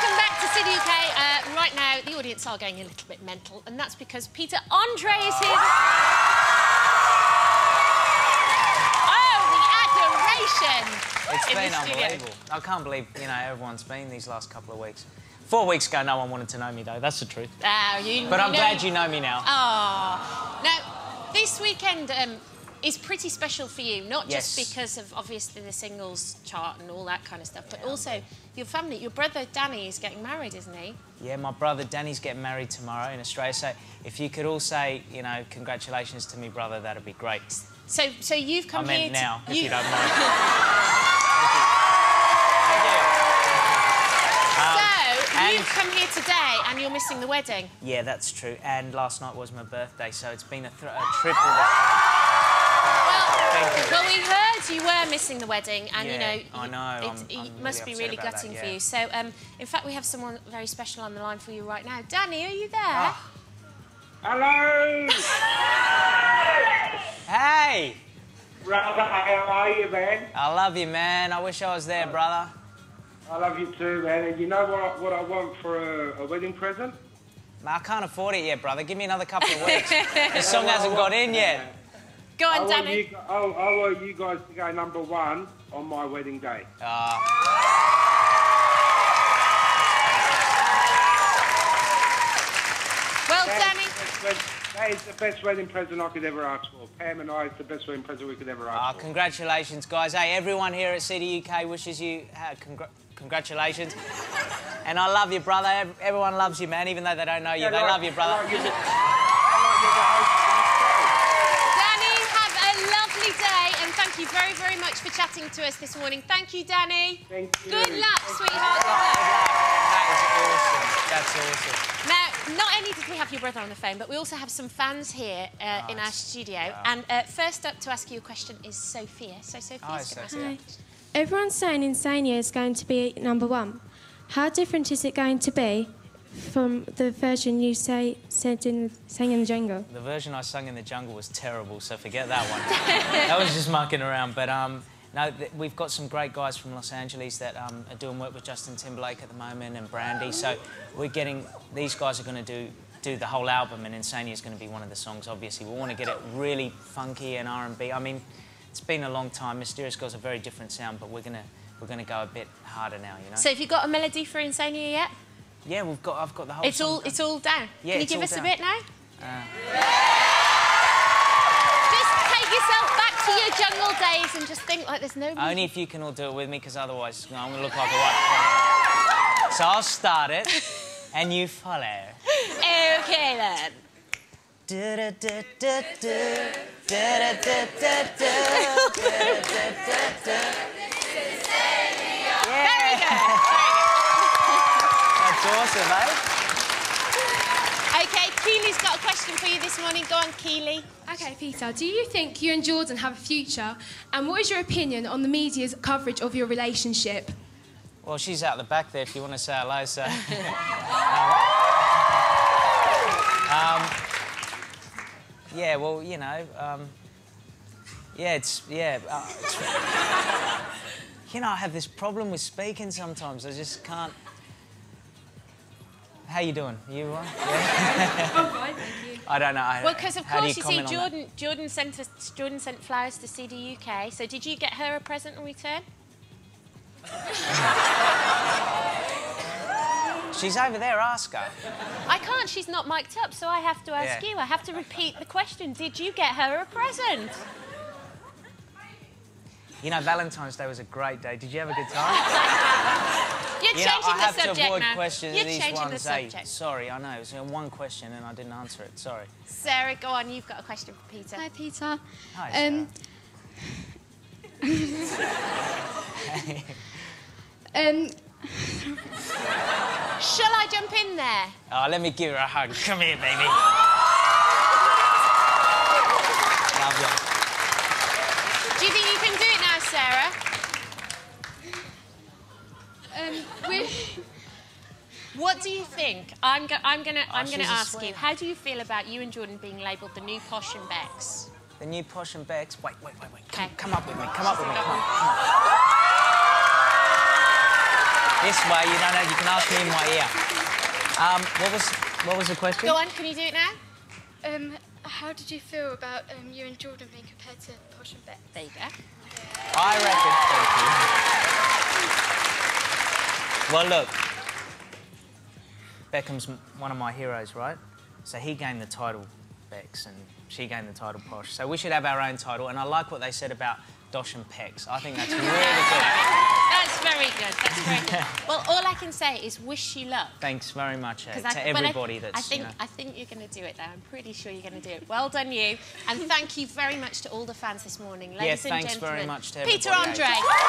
the UK, uh, right now, the audience are going a little bit mental, and that's because Peter Andre is here. oh, the adoration! It's in the been studio. unbelievable. I can't believe, you know, everyone's been these last couple of weeks. Four weeks ago, no one wanted to know me, though. That's the truth. Ah, you, But I'm know- glad you know me now. Ah. Now, this weekend um, is pretty special for you, not just Yes. because of obviously the singles chart and all that kind of stuff, but also your family. Your brother Danny is getting married, isn't he? Yeah, my brother Danny's getting married tomorrow in Australia. So if you could all say, you know, congratulations to me, brother, that'd be great. So, so you've I come here. meant to- now, if you- you don't mind. Thank you. So Um, and- you've come here today, and you're missing the wedding. Thank you. Yeah, that's true. And last night was my birthday, so it's been a, thr a triple. Thank you. Well, we heard you were missing the wedding, and Yeah, you know, I you- It, know, I'm- it I'm must be really upset really about that, gutting for yeah. you. So, um, in fact, we have someone very special on the line for you right now. Danny, are you there? Ah. Hello, Hey, brother. How are you, man? I love you, man. I wish I was there, brother. I love you too, man. And you know what? I, what I want for a, a wedding present? Man, I can't afford it yet, brother. Give me another couple of weeks. this song hasn't got in yet. Go I on, want, Danny. you, gu- I, I want you guys to go number one on my wedding day. Ah, Well, That Danny. is the best wed- that is the best wedding present I could ever ask for. Pam and I, it's the best wedding present we could ever ah, ask for. congratulations, guys. Hey, everyone here at City UK wishes you uh, congr- congratulations. And I love you, brother. Ev- Everyone loves you, man, even though they don't know you. They love you, I brother. like you to- I Danny, have a lovely day and thank you very, very much for chatting to us this morning. Thank you, Danny. Thank you. Good luck, sweetheart. Good luck. That is awesome. That's awesome. Now, not only did we have your brother on the phone, but we also have some fans here uh, in our studio. And uh, first up to ask you a question is Sophia. So, Hi, Sophia's going to ask Sophia. Everyone's saying Insania is going to be number one. How different is it going to be from the version you say said in sang in the jungle? The version I sung in the jungle was terrible, so forget that one. that was just mucking around. But um, no, th- we've got some great guys from Los Angeles that um, are doing work with Justin Timberlake at the moment and Brandy. So we're getting these guys are going to do do the whole album, and Insania is going to be one of the songs. Obviously, we want to get it really funky and R and B. I mean, it's been a long time. Mysterious Girl's a very different sound, but we're gonna we're gonna go a bit harder now. You know? So, have you got a melody for Insania yet? yeah, we've got I've got the whole. It's song all, done. it's all down. Can Yeah, you it's give all us down. a bit now? Just take yourself back to your jungle days and just think like there's no. Only if you can all do it with me, because otherwise I'm going to look like a white pig. So I'll start it, and you follow. Okay then. Yeah. There we go. That's awesome, eh? Okay, Keely's got a question for you this morning. Go on, Keely. Okay, Peter, do you think you and Jordan have a future? And what is your opinion on the media's coverage of your relationship? Well, she's out the back there if you want to say hello, so. um, Um, yeah, well, you know, um, yeah, it's, yeah. Uh, it's- you know, I have this problem with speaking sometimes. I just can't. How you doing? You all right? I'm fine, thank you. I don't know. I, Well, because of how do course you, see, comment on that? Jordan Jordan sent us Jordan sent flowers to CD UK. So did you get her a present in return? She's over there. Ask her. I can't. She's not mic'd up, so I have to ask Yeah. you. I have to repeat the question. Did you get her a present? You know, Valentine's Day was a great day. Did you have a good time? You're You know, changing I have the subject to avoid now. questions You're these changing ones. the eh? subject. sorry, I know. It was in one question and I didn't answer it. Sorry. Sarah, go on. You've got a question for Peter. Hi, Peter. Hi. Um, Sarah. Um, Shall I jump in there? Oh, let me give her a hug. Come here, baby. Love Do you think you can do it now, Sarah? um, we What do you think? I'm, go- I'm gonna, I'm gonna Ah, she's a ask sweetheart. you. How do you feel about you and Jordan being labelled the new posh and Becks? you. The new Posh and Becks. Wait, wait, wait, wait. Come, Okay. come up with me. Come up with me. Come on. Come on. This way, you don't know. You can ask me in my ear. Um, what was what was the question? Go on, can you do it now? Um, how did you feel about um, you and Jordan being compared to Posh and Beck? There you go. I reckon. Thank you. Well, look, Beckham's m- one of my heroes, right? So he gained the title Becks, and she gained the title Posh. So we should have our own title. And I like what they said about Dosh and Pecks. I think that's really good. That's very good. That's very good. well, all I can say is wish you luck. Thanks very much eh, 'cause to I- well, I- everybody that's I think you know, I think you're going to do it. There, I'm pretty sure you're going to do it. Well done, you, and thank you very much to all the fans this morning, ladies and thanks gentlemen. very much to Peter everybody. Andre.